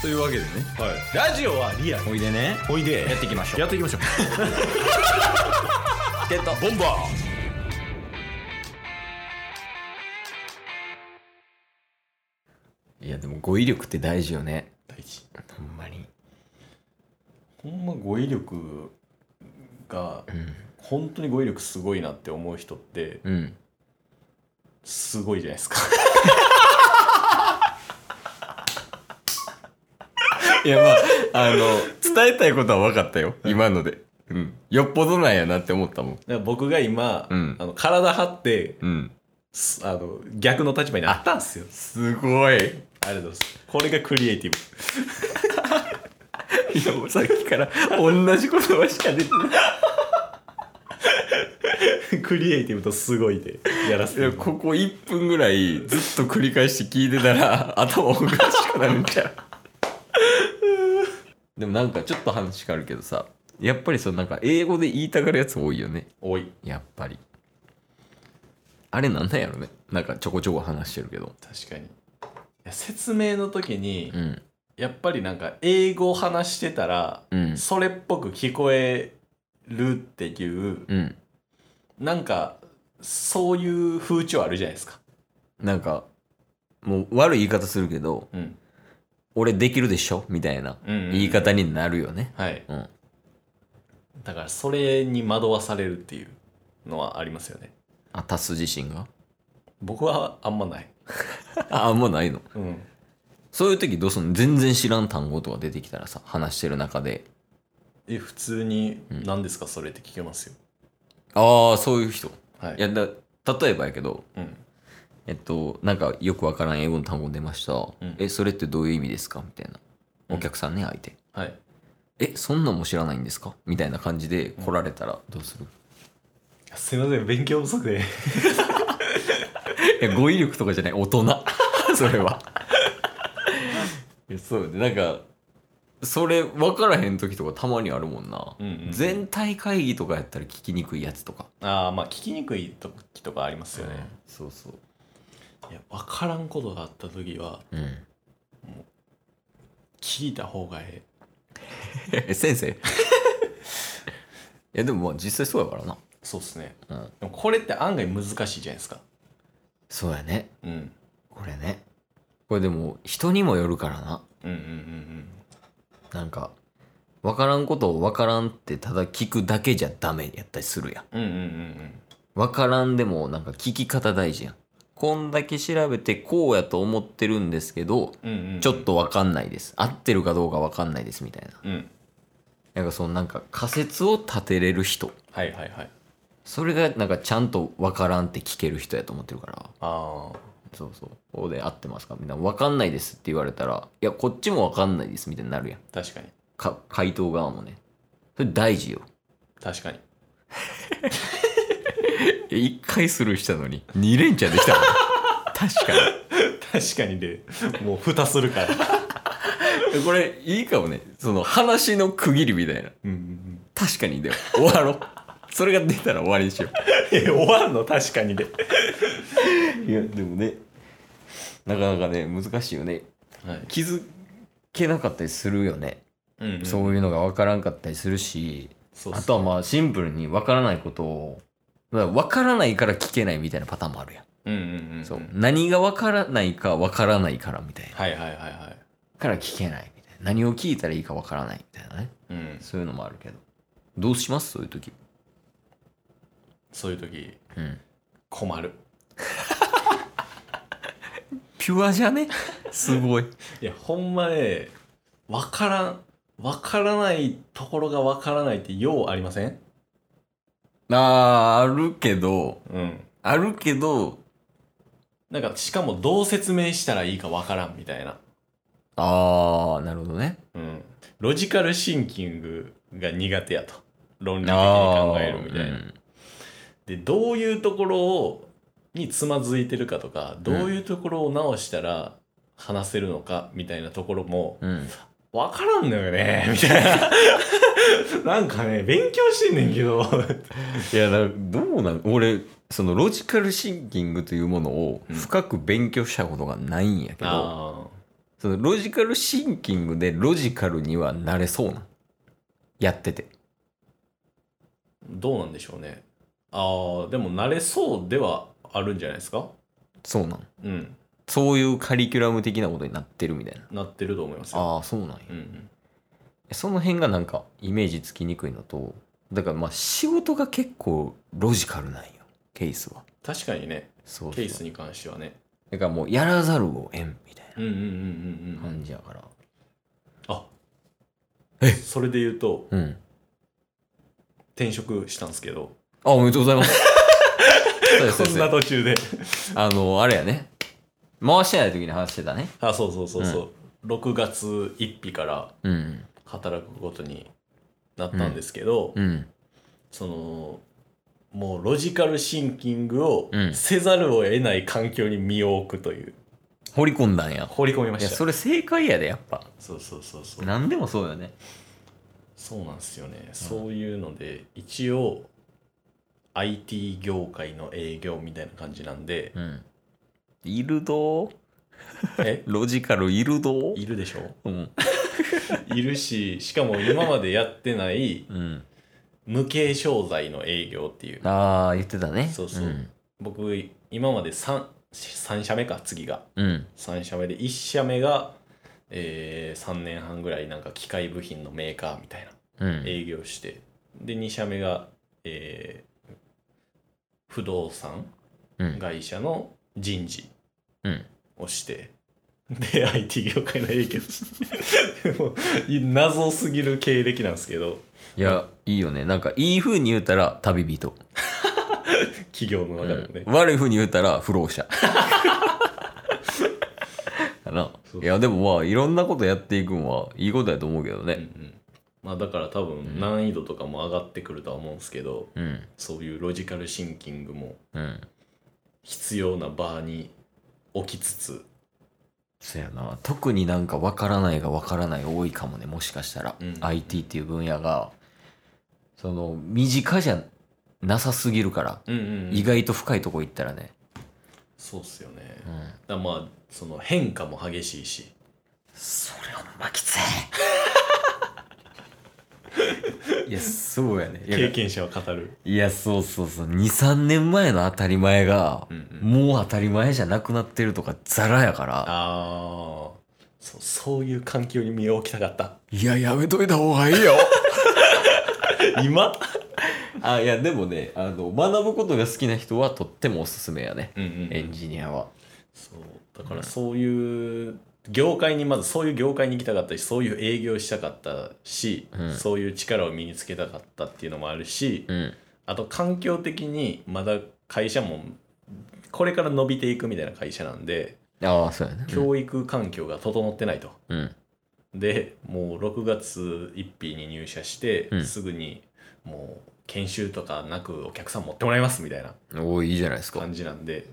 というわけでねはい、ラジオはリアルおいでねおいでやっていきましょうやっていきましょう ってたボンバいやでも語彙力って大事よねー大事ほんまにほんま語彙力がうん本当に語彙力すごいなって思う人ってうんすごいじゃないですか いやまああの伝えたいことは分かったよ今ので、うん、よっぽどなんやなって思ったもんだから僕が今、うんあの体張ってうんすあの逆の立場になったんすよすごいいありがとうございますこれがクリエイティブ やもうさっきから同じ言葉しか出てないクリエイティブとすごいでやらせいてやここ1分ぐらいずっと繰り返して聞いてたら 頭おかしくなるんちゃう でもなんかちょっと話変わるけどさやっぱりそのなんか英語で言いたがるやつ多いよね多いやっぱりあれなんなんやろねなんかちょこちょこ話してるけど確かにいや説明の時に、うんやっぱりなんか英語を話してたら、うんそれっぽく聞こえるっていう、うんなんかそういう風潮あるじゃないですかなんかもう悪い言い方するけどうん、俺できるでしょみたいなうん言い方になるよねはいうんだからそれに惑わされるっていうのはありますよねあタス自身が 僕はあんまないああんまないのうんそういう時どうすんの全然知らん単語とか出てきたらさ話してる中でえ普通に「何ですかそれ」って聞けますよ、ああそういう人はいいやだ例えばやけどうん、えっとなんかよくわからん英語の単語出ました、んえそれってどういう意味ですかみたいなうんお客さんね相手、はいえそんなんも知らないんですかみたいな感じで来られたらどうする、 すいません勉強不足でいや語彙力とかじゃない大人 それはいやそうで なんかそれ分からへん時とかたまにあるもんな、うんうんうん全体会議とかやったら聞きにくいやつとかああまあ聞きにくい時とかありますよね、そうそういや分からんことがあった時はうん聞いた方がえええ先生 いやでもまあ実際そうやからなそうっすねうんでもこれって案外難しいじゃないですかそうやねうんこれねこれでも人にもよるからなうんうんうんうんなんか分からんことを分からんってただ聞くだけじゃダメやったりするやんうんうんうん分からんでもなんか聞き方大事やんこんだけ調べてこうやと思ってるんですけどうんうんうんちょっと分かんないです合ってるかどうか分かんないですみたいなうんなんかそのなんか仮説を立てれる人はいはいはいそれがなんかちゃんと分からんって聞ける人やと思ってるからああそうそうこうで合ってますかみんな分かんないですって言われたらいやこっちも分かんないですみたいになるやん確かにか回答側もねそれ大事よ確かに1回スルーしたのに2連チャンできた 確か確かにでもう蓋するからにこれいいかもねその話の区切りみたいなうんうんうん確か にで終わろうそれが出たら終わりにしよえ終わんの確かにでういやでもねなかなかね難しいよねはい気づけなかったりするよね、うんうんそういうのが分からんかったりするしそうっすあとはまあシンプルに分からないことをまあ分からないから聞けないみたいなパターンもあるやん、うんうんうんんそう何が分からないか分からないからみたいなはいはいはいはいから聞けないみたいな何を聞いたらいいか分からないみたいなねうんそういうのもあるけどどうしますそういう時そういう時うん困るピュアじゃ ねすごいいやほんまねわからんわからないところがわからないってようありませんあーあるけどうんあるけどなんかしかもどう説明したらいいかわからんみたいなああなるほどねうんロジカルシンキングが苦手やと論理的にあ考えーるみたいな、うんでどういうところをにつまずいてるかとかどういうところを直したら話せるのかみたいなところもうんわからんのよね みたいななんかね勉強してんねんけどいやだどうなん俺そのロジカルシンキングというものを深く勉強したことがないんやけど、あそのロジカルシンキングでロジカルにはなれそうなんやっててどうなんでしょうねああでも慣れそうではあるんじゃないですかそうなんうんそういうカリキュラム的なことになってるみたいななってると思いますよああそうなんやうんうんその辺がなんかイメージつきにくいのとだからまあ仕事が結構ロジカルなんよケースは確かにねそうそうケースに関してはねだからもうやらざるを得んみたいうんうんうんなうんうん感じやからあえそれで言うとうん転職したんですけどあおめでとうございます そうですそうこでんすな途中であのあれやね回してない時に話してたねあそうそうそうそう、6月1日からうん働くことになったんですけど、うんそのもうロジカルシンキングをうんせざるを得ない環境に身を置くという、掘り込んだんや放り込みまいやしたそれ正解やでやっぱそうそうそうそう何でもそうよねそうなんですよね、そういうので一応 IT 業界の営業みたいな感じなんでうんいるどーえロジカルいるどーいるでしょうん いるししかも今までやってないうん無形商材の営業っていうああ言ってたねそうそううん僕今まで 3, 3社目か次がうん3社目で1社目が、え3年半ぐらいなんか機械部品のメーカーみたいなうん営業してで2社目が、えー不動産うん会社の人事うんをしてで IT 業界の営業 もう謎すぎる経歴なんですけどいやいいよねなんかいい風に言うたら旅人、企業の中でもね、悪い風に言うたら不老 者かなそういやでもまあいろんなことやっていくんはいいことやと思うけどうんうねんまあ、だから多分難易度とかも上がってくるとは思うんですけどうんそういうロジカルシンキングもうん必要な場に置きつつ、そやな特になんか分からないが分からない多いかもねもしかしたら、うん IT っていう分野がその身近じゃなさすぎるから、うんうん意外と深いとこ行ったらね、そうっすよね、うだかん、らまあその変化も激しいしそれはまきつ いいやそうやねいや経験者は語るいやそうそうそう23年前の当たり前が、うんうんもう当たり前じゃなくなってるとかザラやからああそうそういう環境に身を置きたか ったいややめといた方がいいよ今あいやでもねあの学ぶことが好きな人はとってもおすすめやねうんうんエンジニアは。そうだからそういう業界にまずそういう業界に行きたかったしそういう営業したかったし、うんそういう力を身につけたかったっていうのもあるし、うん。あと環境的にまだ会社もこれから伸びていくみたいな会社なんでああ、そうやね。教育環境が整ってないと。うん。でもう6月1日に入社して、うんすぐにもう研修とかなくお客さん持ってもらいますみたいなおお、いいじゃないですか。感じなんで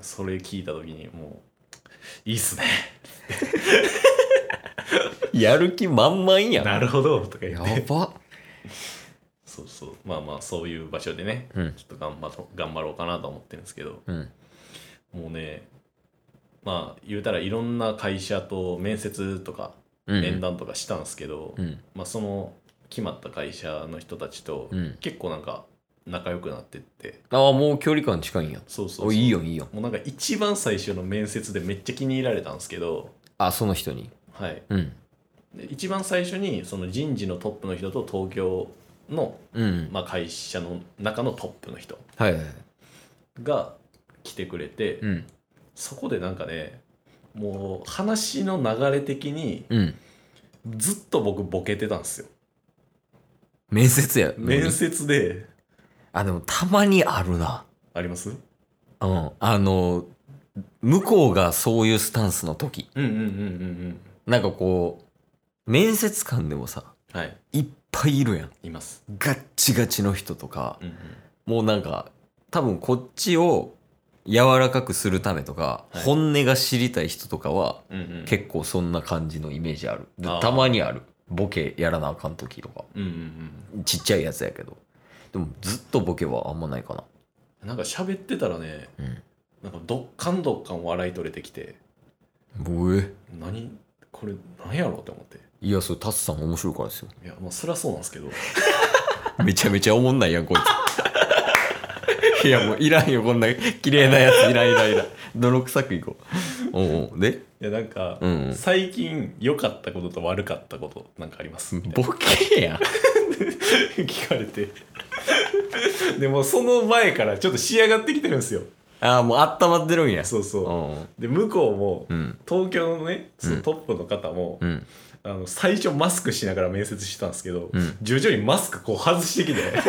それ聞いた時にもういいっすねやる気満々やん。 なるほどとか言やってば。そうそうまあまあそういう場所でねうん。ちょっと頑張ろう頑張ろうかなと思ってるんですけどうん。もうねまあ言うたらいろんな会社と面接とかうん。面談とかしたんですけど、うん。まあ、その決まった会社の人たちとうん結構なんか仲良くなってってああ、もう距離感近いんや。そうそうそうおいいよ、いいよ。もうなんか一番最初の面接でめっちゃ気に入られたんですけど、あ、その人に。はい、うん。で一番最初にその人事のトップの人と東京の、うん。まあ、会社の中のトップの人はいはいはい。が来てくれて、うん。そこでなんかねもう話の流れ的にうん。ずっと僕ボケてたんですよ面接や。面接であ、でもたまにあるな。ありますうん。あの、向こうがそういうスタンスの時。うんうんうんうんなんかこう、面接官でもさ、うんはいいっぱいいるやん。いますガッチガチの人とか。うんうんもうなんか多分こっちを柔らかくするためとか、はい本音が知りたい人とかはうんうん結構そんな感じのイメージある、であーたまにあるボケやらなあかん時とかうんうんうんちっちゃいやつやけどでもずっとボケはあんまないかななんか喋ってたらね、うんなんかどっかんどっかん笑い取れてきてうえ何これなんやろうって思っていやそれタスさん面白いからですよいやまあそりゃそうなんですけどめちゃめちゃおもんないやんこい ついやもういらんよこんな綺麗なやついらんいらんいらん泥臭くいこうおうおうでいやなんか、うんうん最近良かったことと悪かったことなんかあります みたいなボケやん聞かれてでもその前からちょっと仕上がってきてるんですよああもうあったまってるんやそうそううで向こうも、ん東京のねそうんのトップの方も、うんうんあの最初マスクしながら面接してたんですけど、うん徐々にマスクこう外してき て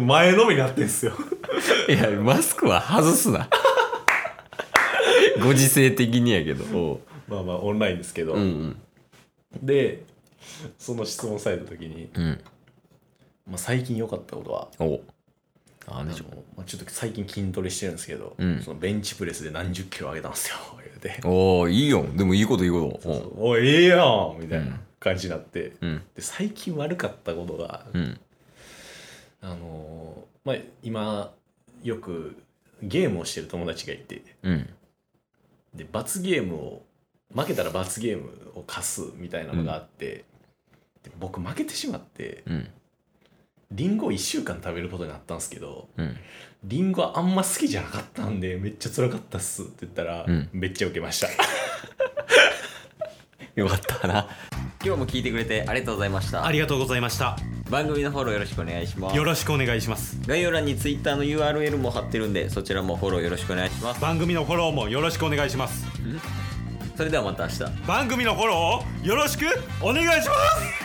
前のめりになってんすよいやマスクは外すな ご時世的にやけどおうまあまあオンラインですけど、うんうんでその質問された時に、うんまあ、最近良かったことはおうあああねのまあ、ちょっと最近筋トレしてるんですけど、うんそのベンチプレスで何十キロ上げたんですよ言うておういいよでもいいこといいことおう「おいええやん!」みたいうんな感じになって、でうん最近悪かったことが、うんあのーまあ、今よくゲームをしてる友達がいてうんで罰ゲームを負けたら罰ゲームを課すみたいなのがあって、で僕負けてしまってうんリンゴを1週間食べることになったんですけど、うんリンゴあんま好きじゃなかったんでめっちゃ辛かったっすって言ったら、うんめっちゃウケましたよかったな今日も聞いてくれてありがとうございましたありがとうございました番組のフォローよろしくお願いしますよろしくお願いします概要欄に Twitter の URL も貼ってるんでそちらもフォローよろしくお願いします番組のフォローもよろしくお願いしますそれではまた明日番組のフォローをよろしくお願いします